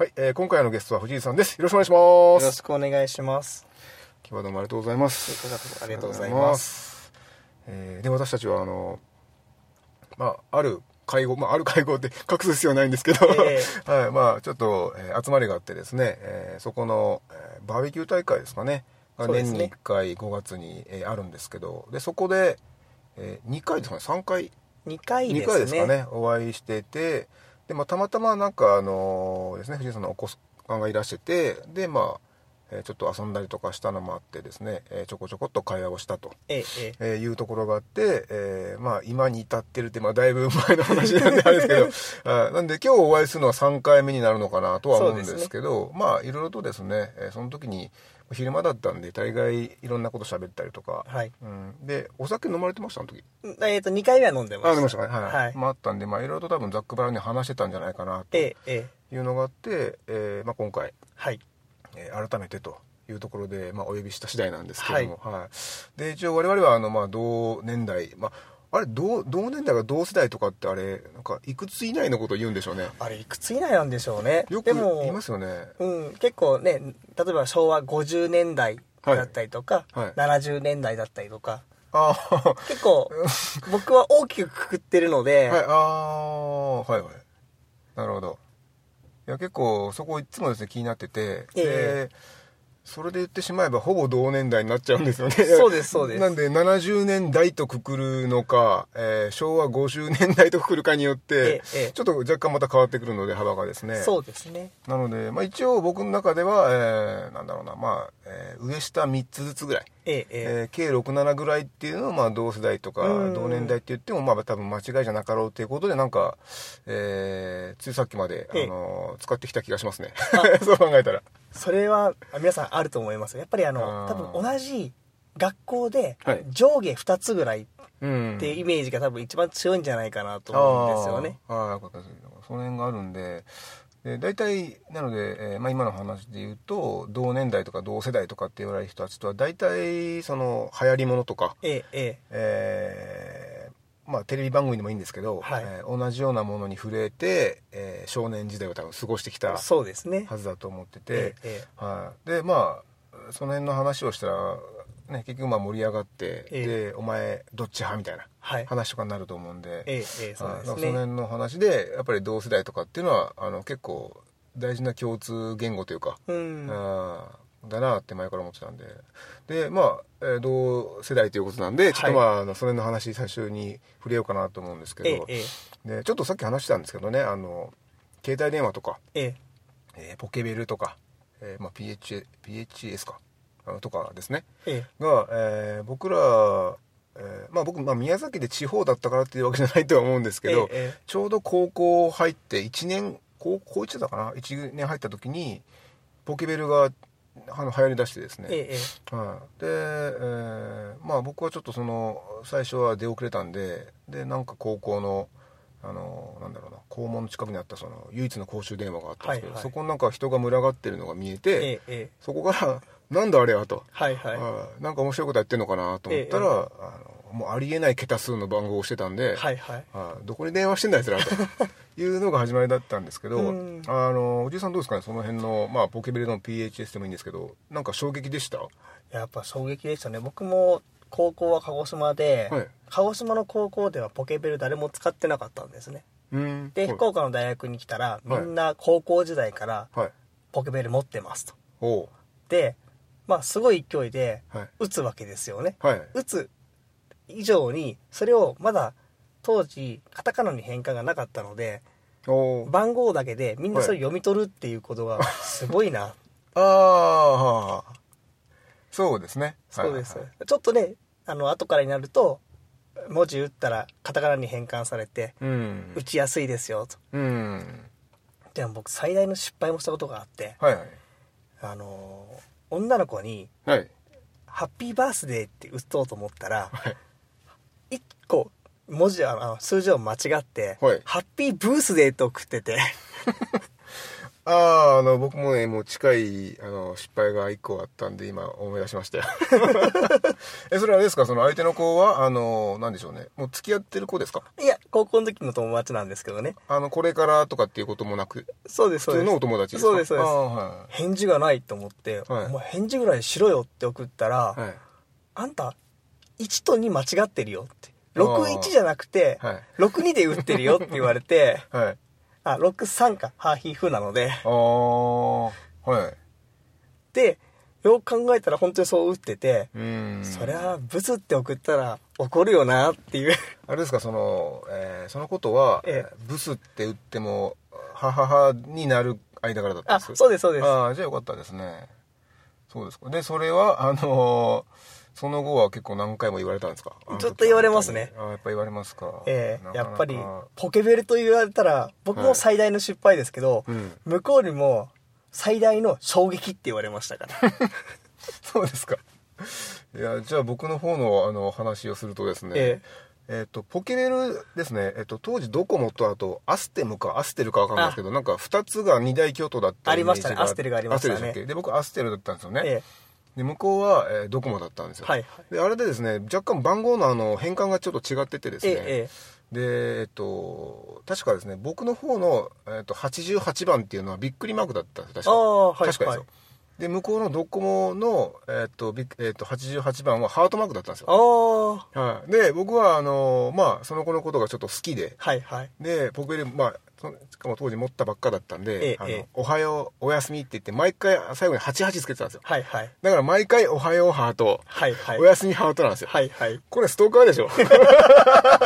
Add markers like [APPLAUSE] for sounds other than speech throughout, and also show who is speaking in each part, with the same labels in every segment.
Speaker 1: はい、えー今回のゲストは藤井さんです。よろしくお願いし
Speaker 2: よ
Speaker 1: ま
Speaker 2: ろ
Speaker 1: す。
Speaker 2: しくお願いします。
Speaker 1: 今日はどうもありがとうございます。
Speaker 2: ありがとうございます。
Speaker 1: えーで、私たちは、あの、まあ、ある会合、まあ、ある会合って [LAUGHS] 隠す必要ないんですけど、
Speaker 2: え
Speaker 1: [LAUGHS] はい、まあ、ちょっと、えー集まりがあってですね、えーそこの、えーバーベキュー大会ですかね、が
Speaker 2: そうで
Speaker 1: 年
Speaker 2: すね
Speaker 1: に1回5月に、えーあるんですけど、で、そこで、え2回ですかね、3回
Speaker 2: 2回
Speaker 1: 2
Speaker 2: ですね。
Speaker 1: 回ですかねお会いしててで、まあ、たまたまなんかあのですね藤井さんのお子さんがいらしててでまあえーちょっと遊んだりとかしたのもあってですねえーちょこちょこっと会話をしたと。
Speaker 2: ええええ
Speaker 1: えーいうところがあって、えーまあ今に至ってるって、まあだいぶ前の話なんであれですけ
Speaker 2: [LAUGHS]
Speaker 1: ど、あーなんで今日お会いするのは3回目になるのかなとは思うんですけど、まあいろいろとですね、えーその時に昼間だったんで大概いろんなこと喋ったりとか、
Speaker 2: はい。
Speaker 1: うん、で、お酒飲まれてましたあの時
Speaker 2: えっと、2回目は飲んでました。
Speaker 1: ありましたかねはい、
Speaker 2: はい
Speaker 1: まあ、あったんでまあいろいろと多分ざっくばらんに話してたんじゃないかなと
Speaker 2: え
Speaker 1: い
Speaker 2: えええ
Speaker 1: うのがあって、えーまあ、今回、
Speaker 2: はい。
Speaker 1: えー改めてというところで、まあ、お呼びした次第なんですけども、はいで一応我々はあの、まあ、同年代、まあ、あれ同同年代が同世代とかってあれなんかいくつ以内のことを言うんでしょうね
Speaker 2: あれ、いくつ以内なんでしょうね。
Speaker 1: よく
Speaker 2: で
Speaker 1: 言い
Speaker 2: も
Speaker 1: ま、すよね
Speaker 2: うん、結構ね、例えば昭和50年代だったりとか、
Speaker 1: はい
Speaker 2: 70年代だったりとか、
Speaker 1: ああ
Speaker 2: 結
Speaker 1: [LAUGHS]
Speaker 2: 構、僕は大きくくくってるので、
Speaker 1: はい、ああはいはいなるほどいや結構そこいつもですね気になってて、
Speaker 2: え
Speaker 1: でそれで言ってしまえばほぼ同年代になっちゃうんですよね
Speaker 2: そうですそうです
Speaker 1: なんで70年代とくくるのか、えー昭和50年代とくくるかによって、
Speaker 2: ええええ
Speaker 1: ちょっと若干また変わってくるので幅がですね
Speaker 2: そうですね。
Speaker 1: なので、まあ、一応僕の中では、えーなんだろうな、まあえー上下3つずつぐらい
Speaker 2: ええええ
Speaker 1: えー計67ぐらいっていうのを、まあ、同世代とか
Speaker 2: うん
Speaker 1: 同年代って言っても、まあ、多分間違いじゃなかろうということでなんか、えーついさっきまで、
Speaker 2: ええ
Speaker 1: あのー使ってきた気がしますね [LAUGHS] そう考えたら
Speaker 2: それはあ皆さんあると思いますやっぱりあの
Speaker 1: あ
Speaker 2: 多
Speaker 1: ー
Speaker 2: 分同じ学校で
Speaker 1: はい
Speaker 2: 上下2つぐらいっ
Speaker 1: うん
Speaker 2: ていうイメージが多分一番強いんじゃないかなと思うんですよね
Speaker 1: あーあーよかったですその辺があるんでで大体なので、えーまあ、今の話で言うと同年代とか同世代とかって言われる人たちとは大体その流行りものとか、
Speaker 2: えええ
Speaker 1: えーまあ、テレビ番組でもいいんですけど、
Speaker 2: はい
Speaker 1: えー同じようなものに触れて、えー少年時代を多分過ごしてきた
Speaker 2: え
Speaker 1: は
Speaker 2: そうですね
Speaker 1: ずだと思ってて
Speaker 2: え、ええ
Speaker 1: はい、でまあその辺の話をしたら、ね、結局まあ盛り上がって、
Speaker 2: え
Speaker 1: でお前どっち派みたいな
Speaker 2: はい
Speaker 1: 話とかになると思うんで、
Speaker 2: ええええそう
Speaker 1: はい
Speaker 2: で
Speaker 1: だから
Speaker 2: す
Speaker 1: その
Speaker 2: ね
Speaker 1: 辺の話でやっぱり同世代とかっていうのはあの結構大事な共通言語というか、
Speaker 2: うん
Speaker 1: あーだなって前から思ってたんででまあ、えー同世代ということなんでちょっとまあ,、あのそれの話最初に触れようかなと思うんですけ
Speaker 2: ええ
Speaker 1: ど、
Speaker 2: ええ
Speaker 1: でちょっとさっき話したんですけどねあの携帯電話とか、
Speaker 2: ええ
Speaker 1: えーポケベルとか、えーまあ、PH PHS かあのとかですね
Speaker 2: ええ
Speaker 1: が、えー僕ら、えーまあ僕、まあ、宮崎で地方だったからっていうわけじゃないとは思うんですけど、
Speaker 2: え
Speaker 1: ちょうど高校入って1年高高1だったかな1年入った時にポケベルがあの流行りだしてですね、
Speaker 2: ええええ
Speaker 1: はいで、えーまあ僕はちょっとその最初は出遅れたんででなんか高校のあのなんだろうな校門の近くにあったその唯一の公衆電話があったんですけど、
Speaker 2: はいはい
Speaker 1: そこになんか人が群がってるのが見えて、
Speaker 2: ええええ
Speaker 1: そこから「なんだあれや」と。
Speaker 2: はいは
Speaker 1: はいなんか面白いことやってんのかなと思ったら、
Speaker 2: え
Speaker 1: あのもうありえない桁数の番号を押してたんで、
Speaker 2: いはいはい
Speaker 1: あどこに電話してんだやつら
Speaker 2: [LAUGHS]
Speaker 1: というのが始まりだったんですけど、
Speaker 2: うん
Speaker 1: あのおじいさんどうですかねその辺の、まあ、ポケベルの PHS でもいいんですけどなんか衝撃でした
Speaker 2: やっぱ衝撃でしたね僕も高校は鹿児島で、
Speaker 1: はい
Speaker 2: 鹿児島の高校ではポケベル誰も使ってなかったんですね
Speaker 1: うん
Speaker 2: で、福
Speaker 1: は
Speaker 2: 岡の大学に来たらみ
Speaker 1: はい
Speaker 2: んな高校時代から
Speaker 1: い、はい、
Speaker 2: ポケベル持ってますと
Speaker 1: おう
Speaker 2: でまあすごい勢いで
Speaker 1: はい
Speaker 2: 打つわけですよね、
Speaker 1: はい
Speaker 2: 打つ以上にそれをまだ当時カタカナに変換がなかったので
Speaker 1: おう
Speaker 2: 番号だけでみんなそれ読み取るっていうことがすごいな、
Speaker 1: ああはあそうですね
Speaker 2: そうです、
Speaker 1: はいはい
Speaker 2: ちょっとねあの後からになると文字打ったらカタカナに変換されて
Speaker 1: うん
Speaker 2: 打ちやすいですよと
Speaker 1: うん
Speaker 2: でも僕最大の失敗もしたことがあって
Speaker 1: はいはい
Speaker 2: あのー女の子に
Speaker 1: はい
Speaker 2: 「ハッピーバースデー」って打とうと思ったら1個文字あのあの数字を間違って「
Speaker 1: はい
Speaker 2: ハッピーブースデー」と送ってて
Speaker 1: あああの僕もねもう近いあの失敗が一個あったんで今思い出しましたよ [LAUGHS] えそれはあれですかその相手の子はあのなんでしょうねもう付き合ってる子ですか
Speaker 2: いや高校の時の友達なんですけどね
Speaker 1: あのこれからとかっていうこともなく
Speaker 2: そうです
Speaker 1: 普
Speaker 2: そう
Speaker 1: 通
Speaker 2: です
Speaker 1: のお友達ですか
Speaker 2: そうですそうです
Speaker 1: ああは
Speaker 2: 返事がないと思って「
Speaker 1: はい
Speaker 2: お前返事ぐらいしろよ」って送ったら「
Speaker 1: いはい
Speaker 2: あんた1と2間違ってるよ」って
Speaker 1: あー
Speaker 2: 61じゃなくて、
Speaker 1: はい
Speaker 2: 62で打ってるよって言わ
Speaker 1: [LAUGHS]
Speaker 2: れて
Speaker 1: はい
Speaker 2: あ63かハーヒーフーなので
Speaker 1: ああはい
Speaker 2: でよく考えたら本当にそう打ってて、
Speaker 1: うん
Speaker 2: そりゃブスって送ったら怒るよなっていう
Speaker 1: あれですかその、えーそのことは、
Speaker 2: ええ
Speaker 1: ブスって打ってもハハハになる間柄だったん
Speaker 2: あ
Speaker 1: です
Speaker 2: そうですそうです
Speaker 1: ああじゃあよかったですねそうですかでそれはあのーその後は結構何回も言われたんですかあの時
Speaker 2: ずっと言われますね
Speaker 1: ああやっぱ言われますか
Speaker 2: ええ
Speaker 1: なか
Speaker 2: や
Speaker 1: なか
Speaker 2: っぱりポケベルと言われたら僕も最大の失敗ですけど、
Speaker 1: うん
Speaker 2: 向こうにも最大の衝撃って言われましたから
Speaker 1: そうですかいやじゃあ僕の方のあの話をするとですね、
Speaker 2: ええ
Speaker 1: えっとポケベルですね、えっと当時ドコモとあとアステムかアステルかわかんないですけどなんか2つが二大巨頭だったイメージ
Speaker 2: ありましたねアステルがありましたね
Speaker 1: アステルでっけで僕アステルだったんです [LAUGHS] よね、
Speaker 2: え
Speaker 1: で向こうは、えードコモだったんですよ、
Speaker 2: はいはい
Speaker 1: であれでですね若干番号のあの変換がちょっと違っててです
Speaker 2: え
Speaker 1: ね、
Speaker 2: え
Speaker 1: でえっと確かですね僕の方の、えっと88番っていうのはびっくりマークだったんですよ確か
Speaker 2: ああはい
Speaker 1: 確かですよ、
Speaker 2: はい
Speaker 1: で向こうのドコモの、えっとびっえっと88番はハートマークだったんですよ、
Speaker 2: ああ
Speaker 1: はい、で僕はあのまあその子のことがちょっと好きで
Speaker 2: はいはい
Speaker 1: で僕よりまあそのしかも当時持ったばっかだったん
Speaker 2: え
Speaker 1: で「
Speaker 2: え
Speaker 1: あ
Speaker 2: え
Speaker 1: の
Speaker 2: え
Speaker 1: おはようおやすみ」って言って毎回最後に88つけてたんですよ
Speaker 2: はいはい
Speaker 1: だから毎回「おはようハート」
Speaker 2: はいはい
Speaker 1: おやすみハートなんですよ。
Speaker 2: はいはい
Speaker 1: これストーカー
Speaker 2: [LAUGHS]
Speaker 1: でしょ好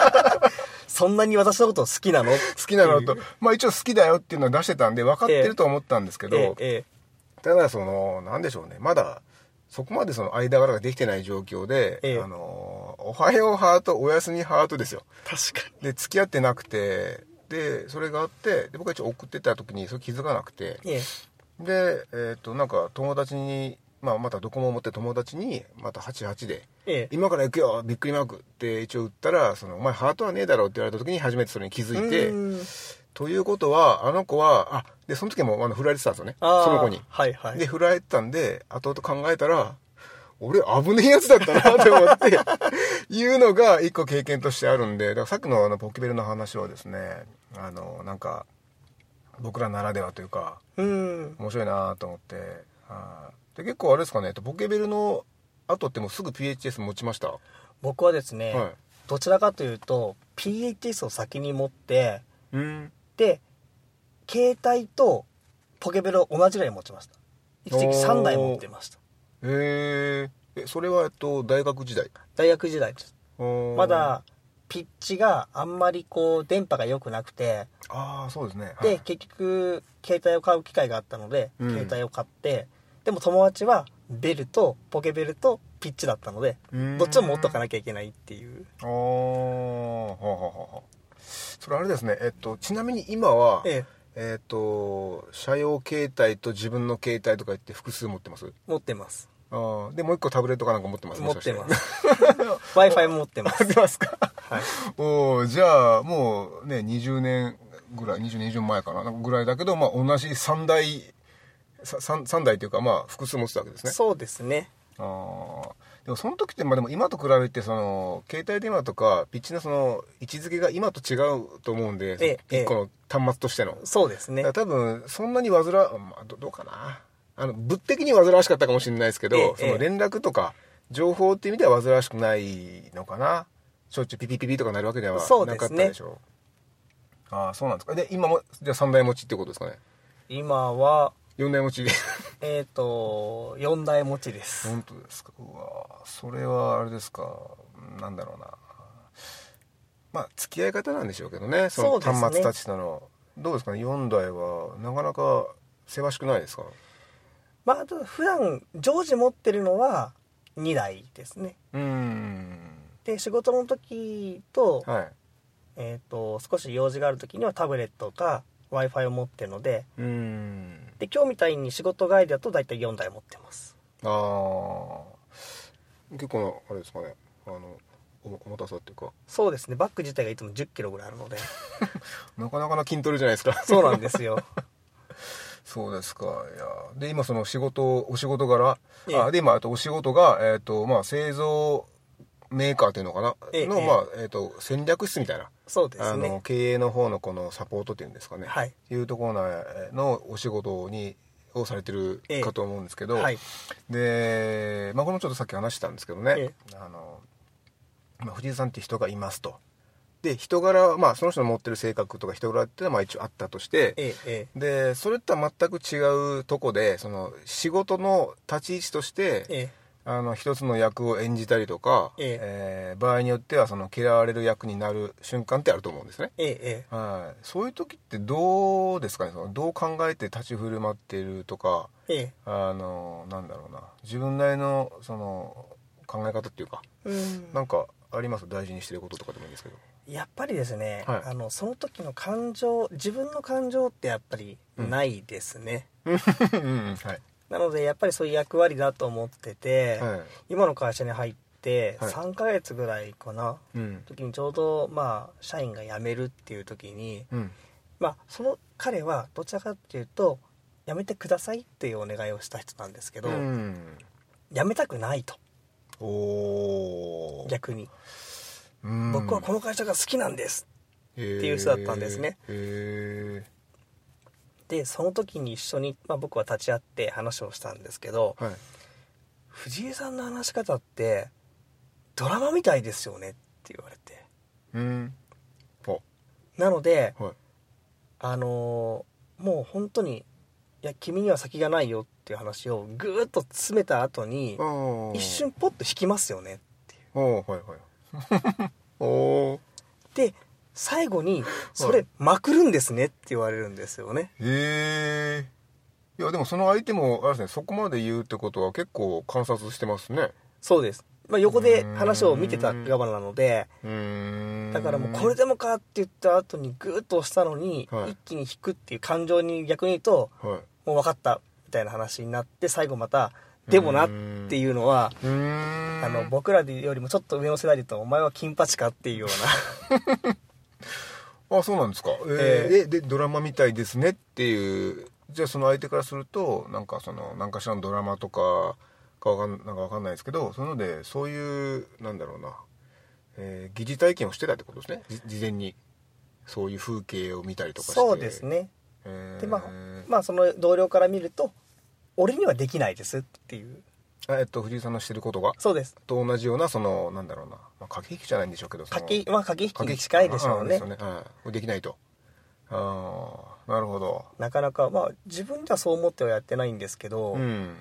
Speaker 2: そんなに私のこと好きなの好
Speaker 1: きなのと。まあ一応好きだよっていうのは出してたんで分かってると思ったんですけど、
Speaker 2: えええ
Speaker 1: ただその、なんでしょうね。まだ、そこまでその間柄ができてない状況で、
Speaker 2: ええ
Speaker 1: あのー、おはようハート、おやすみハートですよ。
Speaker 2: え確か
Speaker 1: で、付き合ってなくて、で、それがあって、で僕が一応送ってた時にそれ気づかなくて、
Speaker 2: にええ
Speaker 1: で、えっ、と、なんか友達に、まあまたドコモを持って友達に、また88で、
Speaker 2: ええ
Speaker 1: 今から行くよびっくりマークって一応言ったら「そのお前ハートはねえだろ」って言われた時に初めてそれに気づいて
Speaker 2: うん
Speaker 1: ということはあの子はあでその時もあの振られてたんですよね
Speaker 2: あー
Speaker 1: その子に、
Speaker 2: はいはい
Speaker 1: で振られてたんで後々考えたら俺危ねえやつだったなと思って [LAUGHS] いうのが一個経験としてあるんでだからさっきのあのポケベルの話はですねあのなんか僕らならではというか
Speaker 2: うん
Speaker 1: 面白いなと思ってはいで結構あれですかねえっとポケベルの後ってもうすぐ PHS 持ちました
Speaker 2: 僕はですね、
Speaker 1: はい
Speaker 2: どちらかというと PHS を先に持って
Speaker 1: うん
Speaker 2: で携帯とポケベルを同じぐらい持ちました一時期3台持ってました
Speaker 1: へーえそれはえっと大学時代
Speaker 2: 大学時代ですま
Speaker 1: ま
Speaker 2: だピッチがあんまりこう電波が良くなくて
Speaker 1: ああそうですね
Speaker 2: で、
Speaker 1: はい
Speaker 2: 結局携帯を買う機会があったので、
Speaker 1: うん
Speaker 2: 携帯を買ってでも友達はベルとポケベルとピッチだったので
Speaker 1: うーん
Speaker 2: どっちも持っとかなきゃいけないっていう
Speaker 1: あーはあはあはあそれあれですねえっとちなみに今はえっ、
Speaker 2: ええ
Speaker 1: と社用携帯と自分の携帯とか言って複数持ってます
Speaker 2: 持ってます
Speaker 1: あーでもう一個タブレットかなんか持ってます
Speaker 2: 持ってますす w [LAUGHS] i f i も持ってま
Speaker 1: [LAUGHS] 持
Speaker 2: す
Speaker 1: ってますか
Speaker 2: はい
Speaker 1: おーじゃあもうね20年ぐらい20年以上前かななんかぐらいだけどまあ同じ3台さ三三台というかまあ複数持ってたわけですね
Speaker 2: そうですね
Speaker 1: ああでもその時って、まあ、でも今と比べてその携帯電話とかピッチのその位置づけが今と違うと思うんで、
Speaker 2: ええ
Speaker 1: 1個の端末としての、だ
Speaker 2: そうですね
Speaker 1: から多分そんなに煩わ、まあ、どどうかなあの物的に煩わしかったかもしれないですけど、
Speaker 2: ええ
Speaker 1: その連絡とか情報っていう意味では煩わしくないのかなしょっちゅうピピピピとかなるわけではなか
Speaker 2: そう
Speaker 1: っ
Speaker 2: で
Speaker 1: た
Speaker 2: すね
Speaker 1: でしょうああそうなんですかで今もじゃあ3台持ちってことですかね
Speaker 2: 今は
Speaker 1: 4台持
Speaker 2: [LAUGHS]
Speaker 1: ち
Speaker 2: えっ、と4台持ちです
Speaker 1: 本当ですかうわそれはあれですかうんなんだろうなまあ付き合い方なんでしょうけどねそ
Speaker 2: そ
Speaker 1: の
Speaker 2: うですね
Speaker 1: 端末たちとの、どうですかね4台はなかなかせわしくないですか
Speaker 2: まああと普段常時持ってるのは2台ですね
Speaker 1: うーん
Speaker 2: で仕事の時と,、
Speaker 1: はい。
Speaker 2: えー、と少し用事がある時にはタブレットか w i f i を持ってるので
Speaker 1: うーん。
Speaker 2: で今日みたいに仕事帰りだと大体4台持ってます
Speaker 1: ああ。結構な、あれですかね。あの、お重たさっていうか。
Speaker 2: そうですねバッグ自体がいつも1 0キロぐらいある
Speaker 1: [LAUGHS]
Speaker 2: ので
Speaker 1: なかなかな筋トレじゃないですか。
Speaker 2: そうなんですよ
Speaker 1: [LAUGHS] そうですか。いやーで、今その仕事、お仕事柄。
Speaker 2: ええ
Speaker 1: あで、今、あとお仕事が、えっ、と、まあ、製造メーカーというのかな。
Speaker 2: ええ
Speaker 1: の、
Speaker 2: ええ
Speaker 1: まあ、えっ、と、戦略室みたいな。
Speaker 2: そうです
Speaker 1: あの
Speaker 2: ね
Speaker 1: 経営の方のこのサポートっていうんですかね、
Speaker 2: はい
Speaker 1: いうところのえーのお仕事にをされてる
Speaker 2: ええ
Speaker 1: かと思うんですけど、
Speaker 2: はい
Speaker 1: で、まあ、これもちょっとさっき話したんですけどね、
Speaker 2: え
Speaker 1: あのまあ藤井さんって人がいますとで人柄は、まあ、その人の持ってる性格とか人柄っていうのはまあ一応あったとして、
Speaker 2: えええ
Speaker 1: でそれとは全く違うとこでその仕事の立ち位置として、
Speaker 2: ええ
Speaker 1: あの一つの役を演じたりとか、
Speaker 2: ええ
Speaker 1: えー場合によってはその嫌われる役になる瞬間ってあると思うんですね。
Speaker 2: えええ
Speaker 1: はい、そういう時ってどうですかねそのどう考えて立ち振る舞ってるとか
Speaker 2: ええ
Speaker 1: あのなんだろうな自分なりのその考え方っていうか
Speaker 2: うん
Speaker 1: なんかあります大事にしてることとかでもいいんですけど
Speaker 2: やっぱりですね、
Speaker 1: はい
Speaker 2: あのその時の感情自分の感情ってやっぱりないですね、
Speaker 1: うんうんはい
Speaker 2: なのでやっぱりそういう役割だと思ってて、
Speaker 1: はい
Speaker 2: 今の会社に入って
Speaker 1: はい
Speaker 2: 3ヶ月ぐらいかな、
Speaker 1: うん
Speaker 2: 時にちょうどまあ社員が辞めるっていう時に
Speaker 1: うん
Speaker 2: まあその彼はどちらかっていうと辞めてくださいっていうお願いをした人なんですけど、
Speaker 1: うん
Speaker 2: 辞めたくないと
Speaker 1: おー
Speaker 2: 逆に
Speaker 1: うん
Speaker 2: 僕はこの会社が好きなんです
Speaker 1: へー
Speaker 2: っていう人だったんですね
Speaker 1: へえ
Speaker 2: でその時に一緒に、まあ、僕は立ち会って話をしたんですけど、
Speaker 1: はい
Speaker 2: 藤井さんの話し方ってドラマみたいですよねって言われて
Speaker 1: うんお
Speaker 2: なので
Speaker 1: はい
Speaker 2: あのーもう本当にいや君には先がないよっていう話をぐーっと詰めた後に
Speaker 1: あー
Speaker 2: 一瞬ポッと引きますよね
Speaker 1: お [LAUGHS] ーはいはいおー
Speaker 2: で最後に「それまくるんですね」って言われるんですよね
Speaker 1: へえいやでもその相手もあれですねそこまで言うってことは結構観察してますね
Speaker 2: そうです、まあ、横で話を見てた側なので
Speaker 1: うーん
Speaker 2: だからもうこれでもかって言った後にグーッと押したのに
Speaker 1: はい
Speaker 2: 一気に引くっていう感情に逆に言うと
Speaker 1: はい
Speaker 2: もう分かったみたいな話になって最後また「でもな」っていうのは
Speaker 1: うーん
Speaker 2: あの僕らよりもちょっと上の世代で言うと「お前は金八か」ってい
Speaker 1: [LAUGHS]
Speaker 2: うような
Speaker 1: あそうなんですかえーえでドラマみたいですねっていうじゃあその相手からするとなんかその何かしらのドラマとかかわかんなんかわかんないですけどそういうのでそういうなんだろうな、えー疑似体験をしてたってことですねじ事前にそういう風景を見たりとかして
Speaker 2: そうですね
Speaker 1: えー
Speaker 2: でまあまあその同僚から見ると「俺にはできないです」っていう
Speaker 1: あえっと、藤井さんのしてることが
Speaker 2: そうです
Speaker 1: と同じようなそのなんだろうな、まあ、駆け引きじゃないんでしょうけどその
Speaker 2: 駆け,、まあ、駆け引き
Speaker 1: 駆
Speaker 2: に
Speaker 1: け
Speaker 2: 近いでしょうね
Speaker 1: あーですよはいこれできないとああなるほど
Speaker 2: なかなかまあ自分ではそう思ってはやってないんですけど、
Speaker 1: うん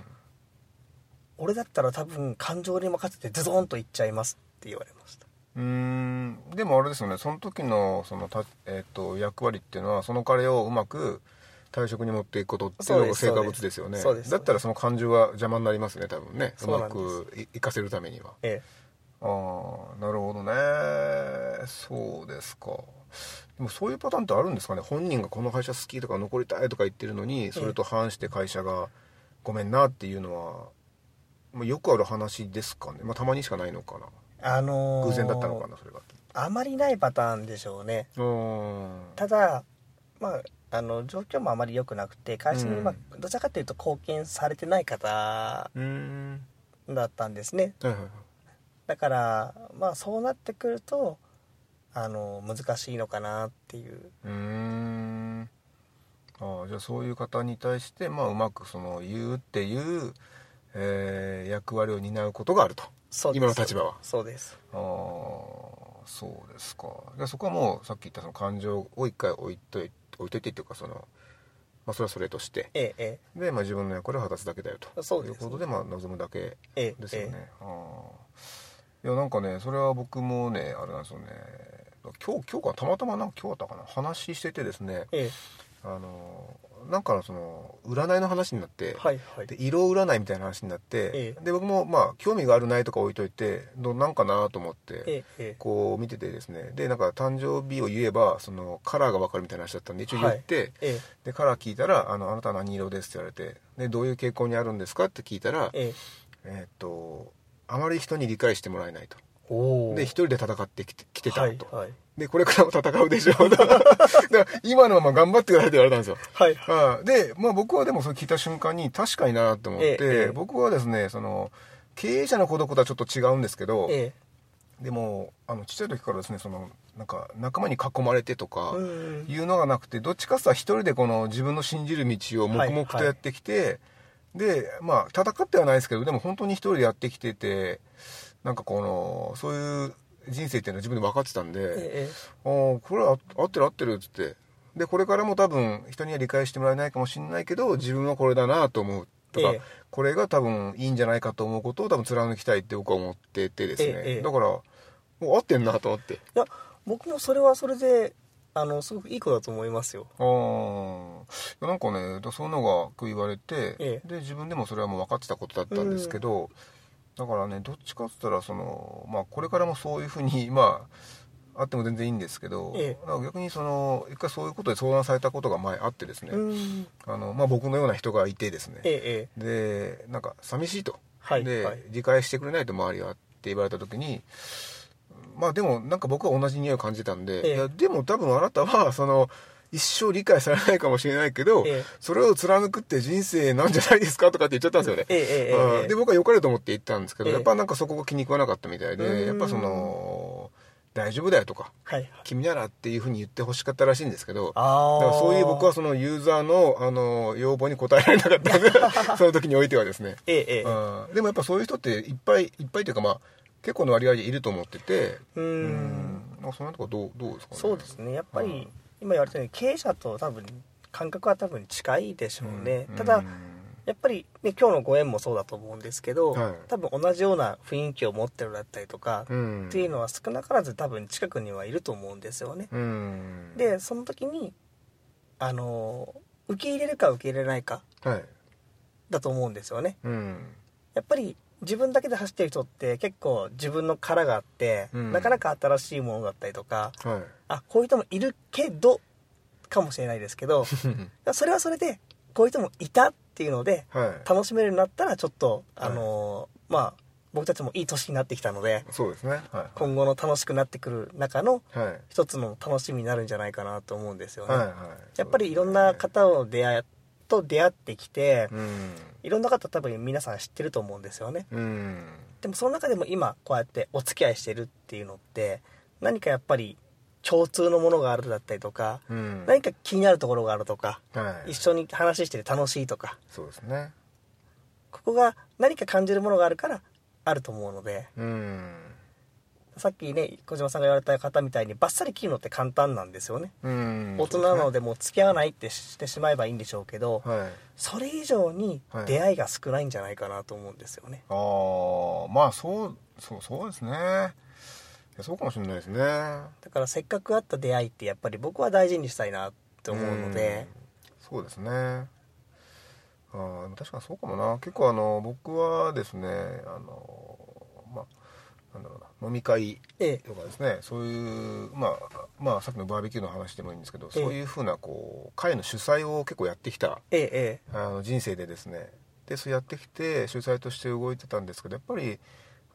Speaker 2: 俺だったら多分感情に任せてズドンといっちゃいますって言われました
Speaker 1: うーんでもあれですよねその時のそのた、えっと役割っていうのはその彼をうまく退職に持っていくことっていうのが
Speaker 2: そうです
Speaker 1: 成果物ですよね
Speaker 2: そうです
Speaker 1: だったらその感情は邪魔になりますね多分ねう
Speaker 2: そうな
Speaker 1: ま
Speaker 2: んです
Speaker 1: くい生かせるためには
Speaker 2: え
Speaker 1: ああなるほどねそうですかでもそういうパターンってあるんですかね本人がこの会社好きとか残りたいとか言ってるのにそれと反して会社がごめんなっていうのは、まあ、よくある話ですかね、まあ、たまにしかないのか
Speaker 2: えあの
Speaker 1: な
Speaker 2: ー
Speaker 1: 偶然だったのかなそれが
Speaker 2: あまりないパターンでしょうね
Speaker 1: うーん
Speaker 2: ただまああの状況もあまり良くなくて会社に、まあどちらかというと貢献されてない方
Speaker 1: うーん
Speaker 2: だったんですね
Speaker 1: はいはいはい
Speaker 2: だからまあそうなってくるとあの難しいのかなっていう
Speaker 1: うーんああじゃあそういう方に対して、まあ、うまくその言うっていう、えー役割を担うことがあると
Speaker 2: そうです
Speaker 1: 今の立場は
Speaker 2: そうです
Speaker 1: ああそうですかでそこはもうさっき言ったその感情を一回置いとい置いといてっていうかその、まあ、それはそれとして
Speaker 2: えええ
Speaker 1: で、まあ、自分の役割を果たすだけだよと
Speaker 2: そうです
Speaker 1: いうことで、まあ、望むだけ
Speaker 2: えええ
Speaker 1: ですよ
Speaker 2: え
Speaker 1: ね、ああいやなんかねそれは僕もねあれなんですよね今日今日かたまたまなんか今日だったかな話しててですね
Speaker 2: ええ
Speaker 1: あのなんかのその占いの話になって、
Speaker 2: はいはい
Speaker 1: で色占いみたいな話になって、
Speaker 2: ええ
Speaker 1: で僕もまあ興味があるないとか置いといてどなんかなと思って、
Speaker 2: ええ
Speaker 1: こう見ててですねでなんか誕生日を言えばそのカラーが分かるみたいな話だったんで一応言って、
Speaker 2: え
Speaker 1: でカラー聞いたら「あのあなたは何色です」って言われてでどういう傾向にあるんですかって聞いたら
Speaker 2: えええ
Speaker 1: えーっとあまり人に理解してもらえないと
Speaker 2: おお
Speaker 1: で一人で戦ってきてきてたと、
Speaker 2: はいはい
Speaker 1: でこれからも戦うでしょ
Speaker 2: [LAUGHS]
Speaker 1: うとだから今のまま頑張ってくださいって言われたんですよ
Speaker 2: はい
Speaker 1: ああで、まあ、僕はでもそれ聞いた瞬間に確かになと思って、
Speaker 2: ええええ
Speaker 1: 僕はですねその経営者の孤独とはちょっと違うんですけど、
Speaker 2: え
Speaker 1: でもあのちっちゃい時からですねそのなんか仲間に囲まれてとか
Speaker 2: えうん
Speaker 1: いうのがなくてどっちかっていうと一人でこの自分の信じる道を黙々とやってきて、でまあ戦ってはないですけどでも本当に一人でやってきててなんかこのそういう人生っていうのは自分で分かってたんで。
Speaker 2: ええ
Speaker 1: ああこれは合ってる合ってるっつってでこれからも多分人には理解してもらえないかもしれないけど自分はこれだなと思うとか、
Speaker 2: ええ
Speaker 1: これが多分いいんじゃないかと思うことを多分貫きたいって僕は思っててですね、
Speaker 2: ええええ
Speaker 1: だからもう合ってんなと思って
Speaker 2: いや僕もそれはそれであのすごくいい子だと思いますよ
Speaker 1: ああなんかねだそういうのがこう言われて、
Speaker 2: ええ
Speaker 1: で自分でもそれはもう分かってたことだったんですけど、だからねどっちかっつったらその、まあ、これからもそういうふうに [LAUGHS] まああっても全然いいんですけど、
Speaker 2: え
Speaker 1: なんか逆にその一回そういうことで相談されたことが前あってですね、
Speaker 2: うん
Speaker 1: あのまあ、僕のような人がいてですね、
Speaker 2: ええええ
Speaker 1: でなんか寂しいと、
Speaker 2: はい
Speaker 1: で、
Speaker 2: はい
Speaker 1: 理解してくれないと周りはって言われた時にまあでもなんか僕は同じ匂いを感じたんで、
Speaker 2: ええ
Speaker 1: いやでも多分あなたはその一生理解されないかもしれないけど、
Speaker 2: ええ
Speaker 1: それを貫くって人生なんじゃないですかとかって言っちゃったんですよね、
Speaker 2: [LAUGHS] ええええええ
Speaker 1: うんで僕は良かれと思って言ったんですけど、
Speaker 2: ええ
Speaker 1: やっぱなんかそこが気に食わなかったみたいで、
Speaker 2: うん
Speaker 1: やっぱその大丈夫だよとか
Speaker 2: はい
Speaker 1: 君ならっていうふうに言ってほしかったらしいんですけど
Speaker 2: ああ
Speaker 1: だからそういう僕はそのユーザーのあの要望に応えられなかった
Speaker 2: [LAUGHS]
Speaker 1: のでその時においてはですね、
Speaker 2: ええええ
Speaker 1: うんでもやっぱそういう人っていっぱいいっぱいというかまあ結構の割合でいると思ってて
Speaker 2: うん
Speaker 1: うんなんかそのとこどうどうですかね
Speaker 2: そうですねやっぱり、
Speaker 1: うん
Speaker 2: 今言われたように経営者と多分感覚は多分近いでしょうね、
Speaker 1: うん
Speaker 2: た
Speaker 1: う
Speaker 2: だ
Speaker 1: ん
Speaker 2: やっぱり、ね、今日のご縁もそうだと思うんですけど、
Speaker 1: はい
Speaker 2: 多分同じような雰囲気を持ってるだったりとか、
Speaker 1: うん
Speaker 2: っていうのは少なからず多分近くにはいると思うんですよね、
Speaker 1: うん
Speaker 2: でその時にあの受け入れるか受け入れないか
Speaker 1: はい
Speaker 2: だと思うんですよね
Speaker 1: うん
Speaker 2: やっぱり自分だけで走ってる人って結構自分の殻があって、
Speaker 1: うん
Speaker 2: なかなか新しいものだったりとか
Speaker 1: はい
Speaker 2: あこういう人もいるけどかもしれないです
Speaker 1: [LAUGHS]
Speaker 2: けどそれはそれでこういう人もいたっていうので
Speaker 1: はい
Speaker 2: 楽しめるようになったらちょっとあのーまあ僕たちもいい年になってきたので
Speaker 1: そうですねは
Speaker 2: 今後の楽しくなってくる中の
Speaker 1: いはい
Speaker 2: 一つの楽しみになるんじゃないかなと思うんですよね、
Speaker 1: はいはい
Speaker 2: やっぱりいろんな方を出会と出会ってきて、
Speaker 1: うん
Speaker 2: いろんな方多分皆さん知ってると思うんですよね
Speaker 1: うん
Speaker 2: でもその中でも今こうやってお付き合いしてるっていうのって何かやっぱり共通のものがあるだったりとか、
Speaker 1: うん
Speaker 2: 何か気になるところがあるとか
Speaker 1: はい
Speaker 2: 一緒に話してて楽しいとか
Speaker 1: そうですね
Speaker 2: ここが何か感じるものがあるからあると思うので
Speaker 1: うん
Speaker 2: さっきね小島さんが言われた方みたいにバッサリ切るのって簡単なんですよね
Speaker 1: うん
Speaker 2: 大人なのでもう付き合わないってしてしまえばいいんでしょうけど
Speaker 1: はい
Speaker 2: それ以上に
Speaker 1: はい
Speaker 2: 出会いが少ないんじゃないかなと思うんですよね
Speaker 1: ああまあそうそうそうですねいやそうかもしれないですね
Speaker 2: だからせっかくあった出会いってやっぱり僕は大事にしたいなって思うので
Speaker 1: うんそうですねあーでも確かにそうかもな結構あの僕はですねあのまあなんだろうな飲み会
Speaker 2: ええ
Speaker 1: とかですねそういう、まあ、まあさっきのバーベキューの話でもいいんですけど
Speaker 2: ええ
Speaker 1: そういうふうなこう会の主催を結構やってきた
Speaker 2: えええ
Speaker 1: あの人生でですねでそうやってきて主催として動いてたんですけどやっぱり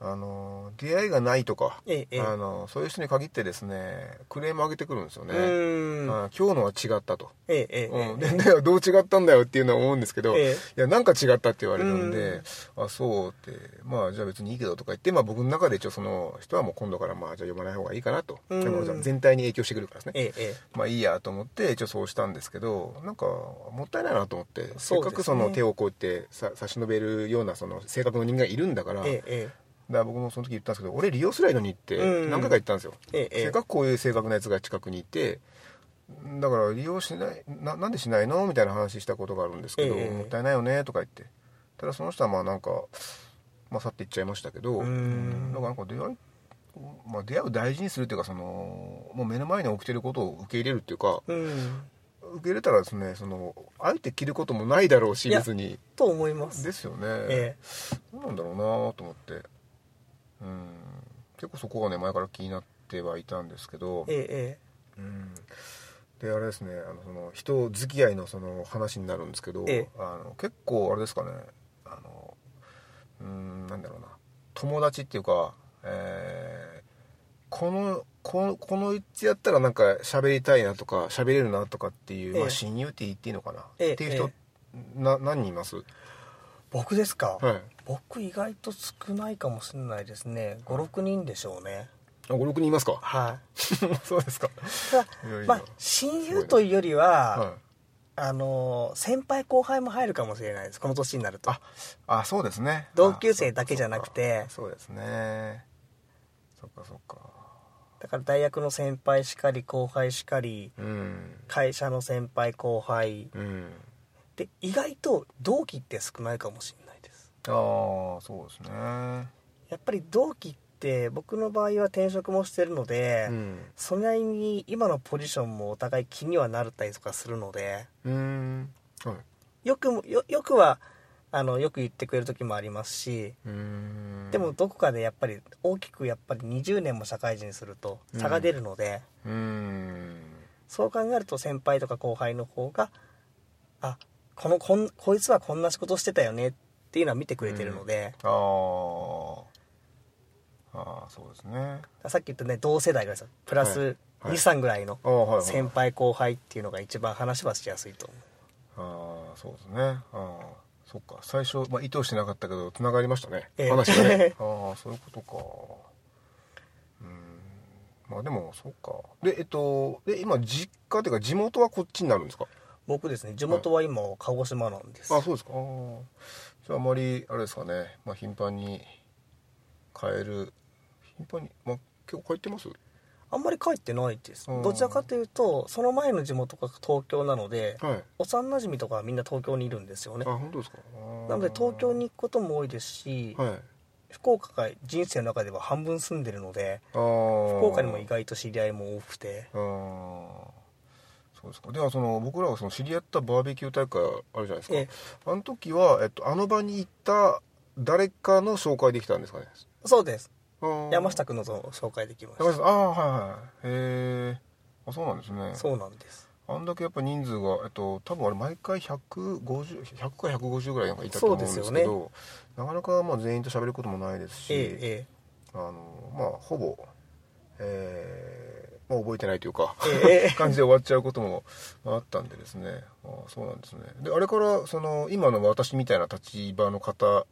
Speaker 1: あの出会いがないとか、
Speaker 2: ええええ
Speaker 1: あのそういう人に限ってですねクレームを上げてくるんですよ
Speaker 2: え
Speaker 1: ね、
Speaker 2: うーん
Speaker 1: あ今日のは違ったと、
Speaker 2: ええええ
Speaker 1: うん、ででどう違ったんだよっていうのは思うんですけど、
Speaker 2: ええ
Speaker 1: いやなんか違ったって言われるんで、あそうってまあじゃあ別にいいけどとか言って、まあ、僕の中で一応その人はもう今度からまあじゃあ読まない方がいいかなと、
Speaker 2: うん
Speaker 1: でもじゃあ全体に影響してくるからですね、
Speaker 2: えええ
Speaker 1: まあいいやと思って一応そうしたんですけどなんかもったいないなと思って、せっかくそ
Speaker 2: そうです
Speaker 1: の
Speaker 2: ね
Speaker 1: 手をこうやってさ差し伸べるようなその性格の人間がいるんだから,、
Speaker 2: え
Speaker 1: だか
Speaker 2: ええ
Speaker 1: ら僕もその時言ったんですけど俺利用すりゃいいのにって
Speaker 2: うん
Speaker 1: 何回か言ったんですよ、
Speaker 2: えええ
Speaker 1: せっかくこういう性格のやつが近くにいてだから利用しないななんでしないのみたいな話したことがあるんですけど、
Speaker 2: ええ
Speaker 1: もったいないよねとか言ってただその人はまあなんか、まあ、去っていっちゃいましたけど
Speaker 2: うん
Speaker 1: うんだからなんか出会いまあ、出会いを大事にするっていうかそのもう目の前に起きてることを受け入れるっていうか、
Speaker 2: うん
Speaker 1: 受け入れたらですねそのあえて着ることもないだろうし
Speaker 2: いや
Speaker 1: 別に
Speaker 2: と思います
Speaker 1: ですよね、
Speaker 2: え
Speaker 1: どうなんだろうなと思ってうん結構そこがね前から気になってはいたんですけど
Speaker 2: ええ
Speaker 1: うんであれですねあのその人付き合いのその話になるんですけど、
Speaker 2: ええ
Speaker 1: あの結構あれですかねあのうーんなんだろうな友達っていうか、えーこのこのこのうちやったらなんか喋りたいなとか喋れるなとかっていう、ま
Speaker 2: え
Speaker 1: あ、
Speaker 2: え
Speaker 1: 親友って言っていいのかな、
Speaker 2: ええ
Speaker 1: っていう人、
Speaker 2: え
Speaker 1: な何人います、は
Speaker 2: え僕ですか、
Speaker 1: い、
Speaker 2: 僕意外と少ないかもしれないですね56人でしょうね
Speaker 1: 56人いますか [LAUGHS]
Speaker 2: は
Speaker 1: そうですか
Speaker 2: いただ
Speaker 1: いやいや
Speaker 2: まあ親友というよりは、
Speaker 1: はい、
Speaker 2: あの先輩後輩も入るかもしれないですこの年になると
Speaker 1: ああそうですね
Speaker 2: 同級生だけじゃなくて
Speaker 1: あそうかそうかそうですねそっかそっか
Speaker 2: だから大学の先輩しかり後輩しかり
Speaker 1: うん
Speaker 2: 会社の先輩後輩
Speaker 1: うん
Speaker 2: で意外と同期って少ないかもしれないです
Speaker 1: ああそうですね
Speaker 2: やっぱり同期って僕の場合は転職もしてるので、
Speaker 1: うん
Speaker 2: それなりに今のポジションもお互い気にはなるったりとかするので
Speaker 1: うんはい
Speaker 2: よくもよよくはあのよく言ってくれる時もありますし
Speaker 1: うん
Speaker 2: でもどこかでやっぱり大きくやっぱり20年も社会人すると差が出るので、
Speaker 1: うん
Speaker 2: そう考えると先輩とか後輩の方があこのこんこいつはこんな仕事してたよねっていうのは見てくれてるので、
Speaker 1: あーあーそうですね
Speaker 2: さっき言ったね同世代ぐらいですよプラス
Speaker 1: はいはい
Speaker 2: 23ぐらいの
Speaker 1: ああはい、はい、
Speaker 2: 先輩後輩っていうのが一番話はしやすいと思う
Speaker 1: ああそうですねああそっか最初、まあ、意図してなかったけどつながりましたね、
Speaker 2: ええ
Speaker 1: 話が [LAUGHS] ねああそういうことかうんまあでもそうかでえっとで今実家っていうか地元はこっちになるんですか
Speaker 2: 僕ですね地元は今鹿児島なんです、
Speaker 1: あそうですかああじゃああまりあれですかね、まあ、頻繁に変える頻繁にまあ結構帰ってます
Speaker 2: あんまり帰ってないです、
Speaker 1: うん
Speaker 2: どちらかというとその前の地元が東京なので、
Speaker 1: はい
Speaker 2: 幼馴染とかはみんな東京にいるんですよね
Speaker 1: あ本当ですかああ
Speaker 2: なので東京に行くことも多いですし、
Speaker 1: はい
Speaker 2: 福岡が人生の中では半分住んでるので
Speaker 1: あ
Speaker 2: 福
Speaker 1: 福
Speaker 2: 岡にも意外と知り合いも多くて
Speaker 1: あーそうですかではその僕らがその知り合ったバーベキュー大会あるじゃないですか、
Speaker 2: え
Speaker 1: あの時は、えっと、あの場に行った誰かの紹介できたんですかね
Speaker 2: そうです
Speaker 1: あー
Speaker 2: 山下君のと紹介できまし
Speaker 1: 山
Speaker 2: た
Speaker 1: 下さんああはいはいへえあそうなんですね
Speaker 2: そうなんです
Speaker 1: あんだけやっぱ人数が、えっと、多分あれ毎回150100か150ぐらいなんかいたと思うんですけど
Speaker 2: そうですよ
Speaker 1: なかなかまあ全員と喋ることもないですし、
Speaker 2: ええ
Speaker 1: あのまあほぼ、えーまあ、覚えてないというか、
Speaker 2: ええ
Speaker 1: [LAUGHS] 感じで終わっちゃうこともまああったんでですねああそうなんですねであれからその今の私みたいな立場の方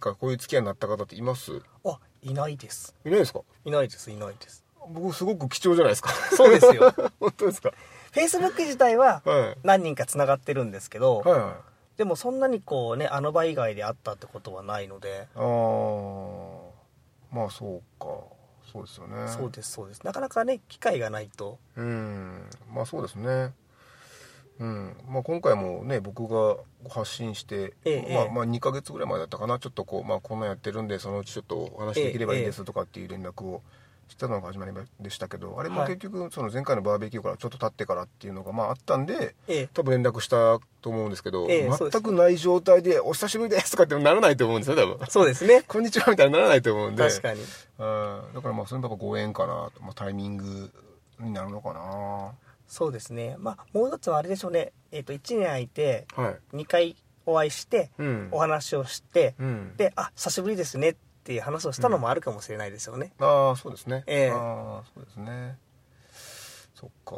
Speaker 1: がこういう付き合いになった方っています
Speaker 2: ええあいないです
Speaker 1: いないですか
Speaker 2: いないですいないです
Speaker 1: 僕すごく貴重じゃないですか
Speaker 2: そうですよ
Speaker 1: [LAUGHS] 本当ですか
Speaker 2: フェイスブック自体は
Speaker 1: はい
Speaker 2: 何人かつながってるんですけど、
Speaker 1: はいはい
Speaker 2: でもそんなにこうねあの場以外で会ったってことはないので、
Speaker 1: あーまあそうかそうですよね
Speaker 2: そうですそうですなかなかね機会がないと
Speaker 1: うんまあそうですねうんまあ、今回もね僕が発信して、
Speaker 2: ええ
Speaker 1: まあ
Speaker 2: ええ、
Speaker 1: まあ2ヶ月ぐらい前だったかなちょっとこう、まあ、こんなんやってるんでそのうちちょっとお話できればいいですとかっていう連絡をしたのが始まりでしたけどあれも
Speaker 2: はい
Speaker 1: 結局その前回のバーベキューからちょっと経ってからっていうのがまああったんで
Speaker 2: ええ
Speaker 1: 多分連絡したと思うんですけど、
Speaker 2: ええそうで
Speaker 1: 全
Speaker 2: す
Speaker 1: くない状態で「お久しぶりです」とかってならないと思うんですよ多分「
Speaker 2: そうですね
Speaker 1: こんにちは」みたいにならないと思うんで
Speaker 2: 確かに
Speaker 1: うんだからまあそれもやっぱご縁かなと、まあ、タイミングになるのかな
Speaker 2: そうですねまあもう一つはあれでしょうねえっ、と1年空いて
Speaker 1: はい
Speaker 2: 2回お会いして、
Speaker 1: うん
Speaker 2: お話をして、
Speaker 1: うん
Speaker 2: であ久しぶりですねっていう話をしたのもあるかもしれないですよね、
Speaker 1: ああそうですね、
Speaker 2: ええ
Speaker 1: ああそうですねそっか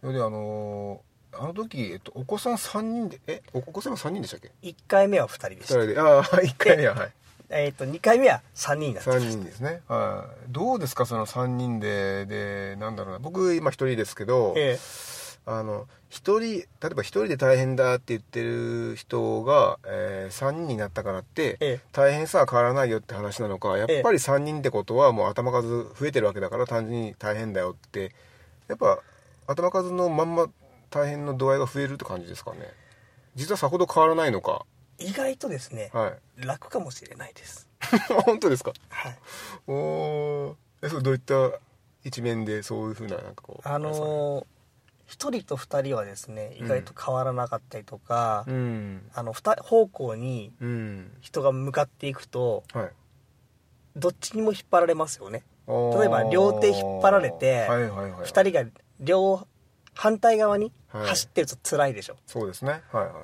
Speaker 1: それであのーあの時、えっと、お子さん3人でえおお子さんは3人でしたっけ
Speaker 2: 1回目は2人で
Speaker 1: 2
Speaker 2: した
Speaker 1: 人でああ1回目ははい
Speaker 2: えっ、と2回目は3人だった
Speaker 1: 3人ですねはいどうですかその3人ででなんだろうな僕今1人ですけど、
Speaker 2: ええ
Speaker 1: あの一人例えば一人で大変だって言ってる人が、えー、3人になったからって、
Speaker 2: ええ
Speaker 1: 大変さは変わらないよって話なのかやっぱり3人ってことはもう頭数増えてるわけだから単純に大変だよってやっぱ頭数のまんま大変の度合いが増えるって感じですかね実はさほど変わらないのか
Speaker 2: 意外とですね、
Speaker 1: はい [LAUGHS]
Speaker 2: 楽かもしれないです
Speaker 1: 本当ですか
Speaker 2: はい
Speaker 1: おーえそれどういった一面でそういうふうななんかこう
Speaker 2: あ
Speaker 1: れですかね
Speaker 2: のー1人と2人はですね意外と変わらなかったりとか、
Speaker 1: うん
Speaker 2: あの2方向に
Speaker 1: うん
Speaker 2: 人が向かっていくと
Speaker 1: はい
Speaker 2: どっちにも引っ張られますよね
Speaker 1: あー
Speaker 2: 例えば両手引っ張られて
Speaker 1: はいはいはい、
Speaker 2: 2人が両反対側に
Speaker 1: はい
Speaker 2: 走ってると辛いでしょ、
Speaker 1: そうですねはいは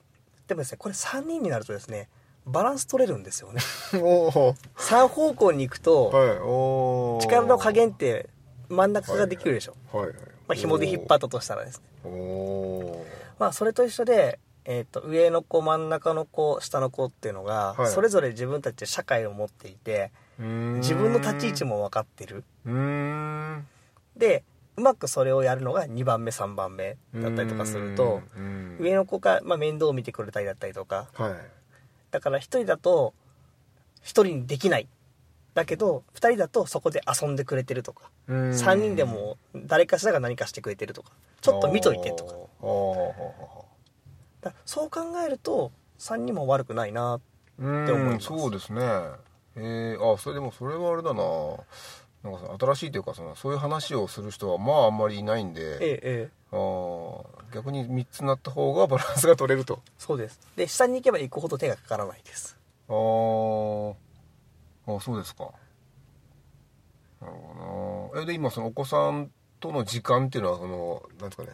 Speaker 2: [LAUGHS] でもですねこれ3人になるとですねバランス取れるんですよね
Speaker 1: いおお
Speaker 2: 3方向に行くと
Speaker 1: はいおお
Speaker 2: 力の加減って真ん中ができるでしょ、
Speaker 1: はいはい
Speaker 2: まあ、紐で引っ張ったとしたらですね
Speaker 1: おお
Speaker 2: まあそれと一緒で、えー、と上の子真ん中の子下の子っていうのが、
Speaker 1: はい
Speaker 2: それぞれ自分たちで社会を持っていて自分の立ち位置も分かってる
Speaker 1: うーん
Speaker 2: でうまくそれをやるのが2番目3番目だったりとかすると
Speaker 1: うん
Speaker 2: 上の子が、まあ、面倒を見てくれたりだったりとか
Speaker 1: はい
Speaker 2: だから1人だと1人にできないだけど2人だとそこで遊んでくれてるとか3人でも誰かしらが何かしてくれてるとかちょっと見といてとか
Speaker 1: おお
Speaker 2: だからそう考えると3人も悪くないなって思います
Speaker 1: そうですねえー、あそれでもそれはあれだななんかその新しいというかそのそういう話をする人はまああんまりいないんで、
Speaker 2: ええええ
Speaker 1: あー逆に3つなった方がバランスが取れると
Speaker 2: そうですで下に行けば行くほど手がかからないです
Speaker 1: あーあそうですかなるほどなえで今そのお子さんとの時間っていうのはそのなんですかね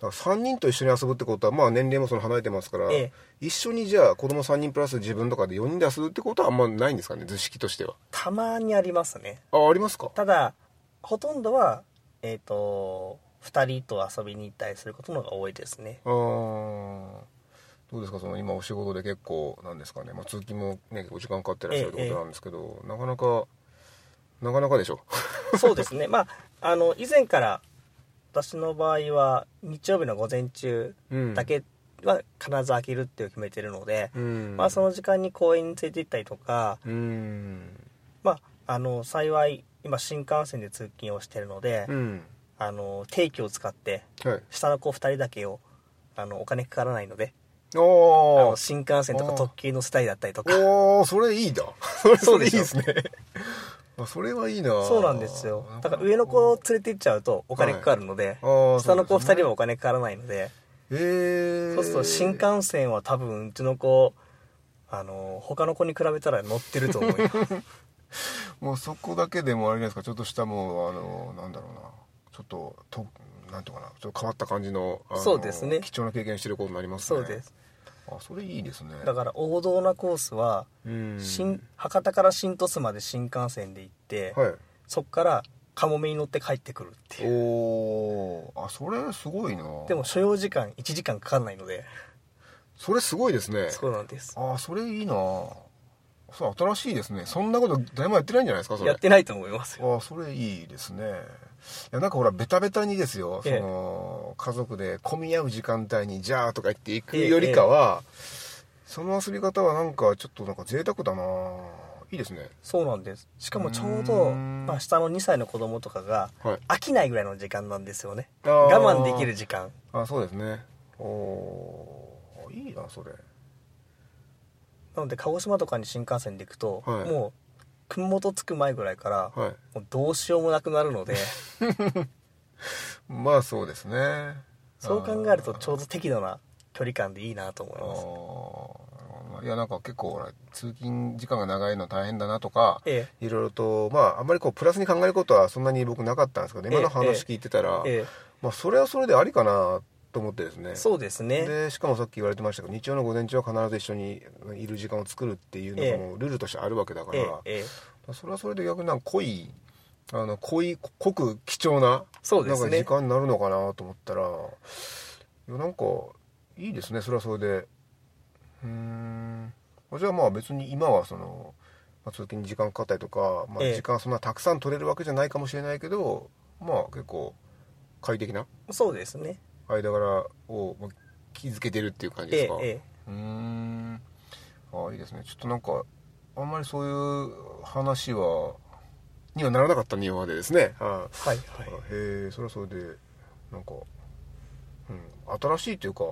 Speaker 1: だから3人と一緒に遊ぶってことはまあ年齢もその離れてますから、
Speaker 2: ええ
Speaker 1: 一緒にじゃあ子供3人プラス自分とかで4人で遊ぶってことはあんまないんですかね図式としては
Speaker 2: たまにありますね
Speaker 1: あありますか
Speaker 2: ただほとんどはえっ、と2人と遊びに行ったりすることの方が多いですね
Speaker 1: あーどうですかその今お仕事で結構なんですかね、まあ、通勤もね結構時間かかってらっしゃるってことなんですけど、なかなかなかなかでしょ
Speaker 2: そうで
Speaker 1: [LAUGHS]
Speaker 2: すねまああの以前から私の場合は日曜日の午前中
Speaker 1: うん
Speaker 2: だけは必ず開けるっていう決めてるので、
Speaker 1: うん
Speaker 2: まあ、その時間に公園に連れて行ったりとか、
Speaker 1: うん
Speaker 2: まあ、あの幸い今新幹線で通勤をしてるので、
Speaker 1: うん
Speaker 2: あの定期を使って
Speaker 1: はい
Speaker 2: 下の子2人だけをあのお金かからないのであ
Speaker 1: お
Speaker 2: の新幹線とか
Speaker 1: あー
Speaker 2: 特急乗せたりだったりとか
Speaker 1: おーそれいいな [LAUGHS] それ
Speaker 2: そう
Speaker 1: い
Speaker 2: で
Speaker 1: い
Speaker 2: しょ
Speaker 1: ですね [LAUGHS] あそれはいいな
Speaker 2: そうなんですよだから上の子を連れて行っちゃうとお金かかるので、
Speaker 1: あー
Speaker 2: 下の子
Speaker 1: そうですね
Speaker 2: 2人はお金かからないので
Speaker 1: え
Speaker 2: そ
Speaker 1: ー、
Speaker 2: うすると新幹線は多分うちの子あの他の子に比べたら乗ってると思います
Speaker 1: もうそこだけでもあれじゃないですかちょっとしたもうあのなんだろうなちょっととなんとかなちょっと変わった感じのあの
Speaker 2: そうですね
Speaker 1: 貴重な経験してることになります
Speaker 2: そ
Speaker 1: ね
Speaker 2: うです
Speaker 1: あそれいいですね
Speaker 2: だから王道なコースは
Speaker 1: うん
Speaker 2: 新博多から新鳥栖まで新幹線で行って、
Speaker 1: はい
Speaker 2: そっからカモメに乗って帰ってくるっていう
Speaker 1: おーあそれすごいな
Speaker 2: でも所要時間1時間かかんないので
Speaker 1: それすごいですね
Speaker 2: そうなんです
Speaker 1: ああそれいいなそう新しいですねそんなこと誰もやってないんじゃないですかそれ
Speaker 2: やってないと思いますよ
Speaker 1: ああそれいいですねいやなんかほらベタベタにですよ、
Speaker 2: ええ
Speaker 1: その家族で混み合う時間帯に「じゃあ」とか言って行くよりかは、その遊び方はなんかちょっとなんか贅沢だないいですね
Speaker 2: そうなんですしかもちょう
Speaker 1: うー
Speaker 2: ど、
Speaker 1: ん
Speaker 2: まあ、下の2歳の子供とかが
Speaker 1: はい
Speaker 2: 飽きないぐらいの時間なんですよね
Speaker 1: あー
Speaker 2: 我慢できる時間
Speaker 1: あそうですねおーいいなそれ
Speaker 2: なので鹿児島とかに新幹線で行くと、
Speaker 1: はい
Speaker 2: もう熊本着く前ぐらいから、
Speaker 1: はい
Speaker 2: もうどうしようもなくなるの
Speaker 1: [LAUGHS]
Speaker 2: で
Speaker 1: まあそうですね
Speaker 2: そう考えるとちょうど適度な距離感でいいなと思い
Speaker 1: あーなる
Speaker 2: ます
Speaker 1: ほどないやなんか結構ほら通勤時間が長いの大変だなとか、
Speaker 2: え
Speaker 1: いろいろとまああんまりこうプラスに考えることはそんなに僕なかったんですけど
Speaker 2: え
Speaker 1: 今の話聞いてたら、
Speaker 2: ええ
Speaker 1: まあそれはそれでありかなと思ってですね
Speaker 2: えそうですね
Speaker 1: でしかもさっき言われてましたけど日曜の午前中は必ず一緒にいる時間を作るっていうの
Speaker 2: え
Speaker 1: が
Speaker 2: え
Speaker 1: もうルールとしてあるわけだから、
Speaker 2: ええええ
Speaker 1: それはそれで逆になんか濃いあの濃い濃く貴重な
Speaker 2: そうです
Speaker 1: なんか
Speaker 2: ね
Speaker 1: 時間になるのかなと思ったらいやなんかいいですねそれはそれでうーんじゃあまあ別に今はその、まあ、通勤に時間かかったりとか、まあ、
Speaker 2: ええ
Speaker 1: 時間そんなたくさん取れるわけじゃないかもしれないけど、まあ結構快適な
Speaker 2: そうですね
Speaker 1: 間柄をまあ気づけてるっていう感じですか、
Speaker 2: えええ
Speaker 1: うーんああいいですねちょっとなんかあんまりそういう話はにはならなかった庭でですね、は
Speaker 2: えはい
Speaker 1: い
Speaker 2: はい
Speaker 1: へえそれはそれでなんか、うん、新しいというか、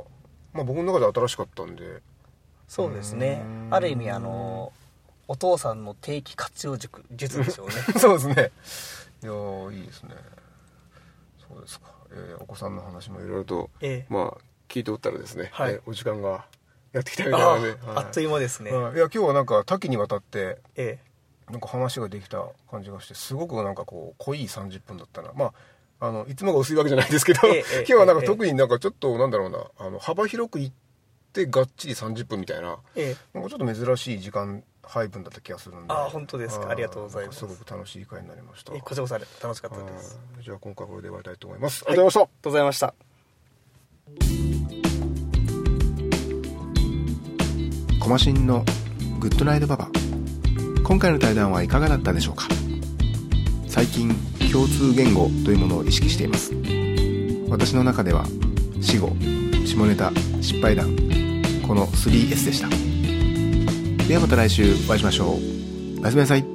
Speaker 1: まあ、僕の中では新しかったんで [LAUGHS]
Speaker 2: そうですね
Speaker 1: うーん
Speaker 2: ある意味あのお父さんの定期活用塾術でしょうね
Speaker 1: そうですねいやーいいですねそうですかええーお子さんの話もいろいろと、
Speaker 2: ええ
Speaker 1: まあ、聞いておったらですね、
Speaker 2: はい
Speaker 1: えーお時間がやってきたみたいな
Speaker 2: あ
Speaker 1: ので、
Speaker 2: あっという間ですね、
Speaker 1: はいいや今日はなんか多岐にわたって
Speaker 2: え
Speaker 1: なんか話ができた感じがしてすごくなんかこう濃い30分だったなまああのいつもが薄いわけじゃないですけど、
Speaker 2: ええええ
Speaker 1: [LAUGHS] 今日はなんか
Speaker 2: ええ
Speaker 1: 特になんかちょっとなんだろうなあの幅広くいってがっちり30分みたいな
Speaker 2: えええ
Speaker 1: なんかちょっと珍しい時間配分だった気がするんで
Speaker 2: あ本当ですか
Speaker 1: は
Speaker 2: ありがとうございます
Speaker 1: なんかすごく楽しい会になりました
Speaker 2: えこちらこそあれ楽しかったですありが
Speaker 1: はいじゃあ今回はこれで終わりたいと思いますありがとうございました、
Speaker 2: とうございました
Speaker 3: コマシンのグッドナイトババ今回の対談はいかがだったでしょうか最近共通言語というものを意識しています私の中では死後下ネタ失敗談この 3S でしたではまた来週お会いしましょうおやすみなさい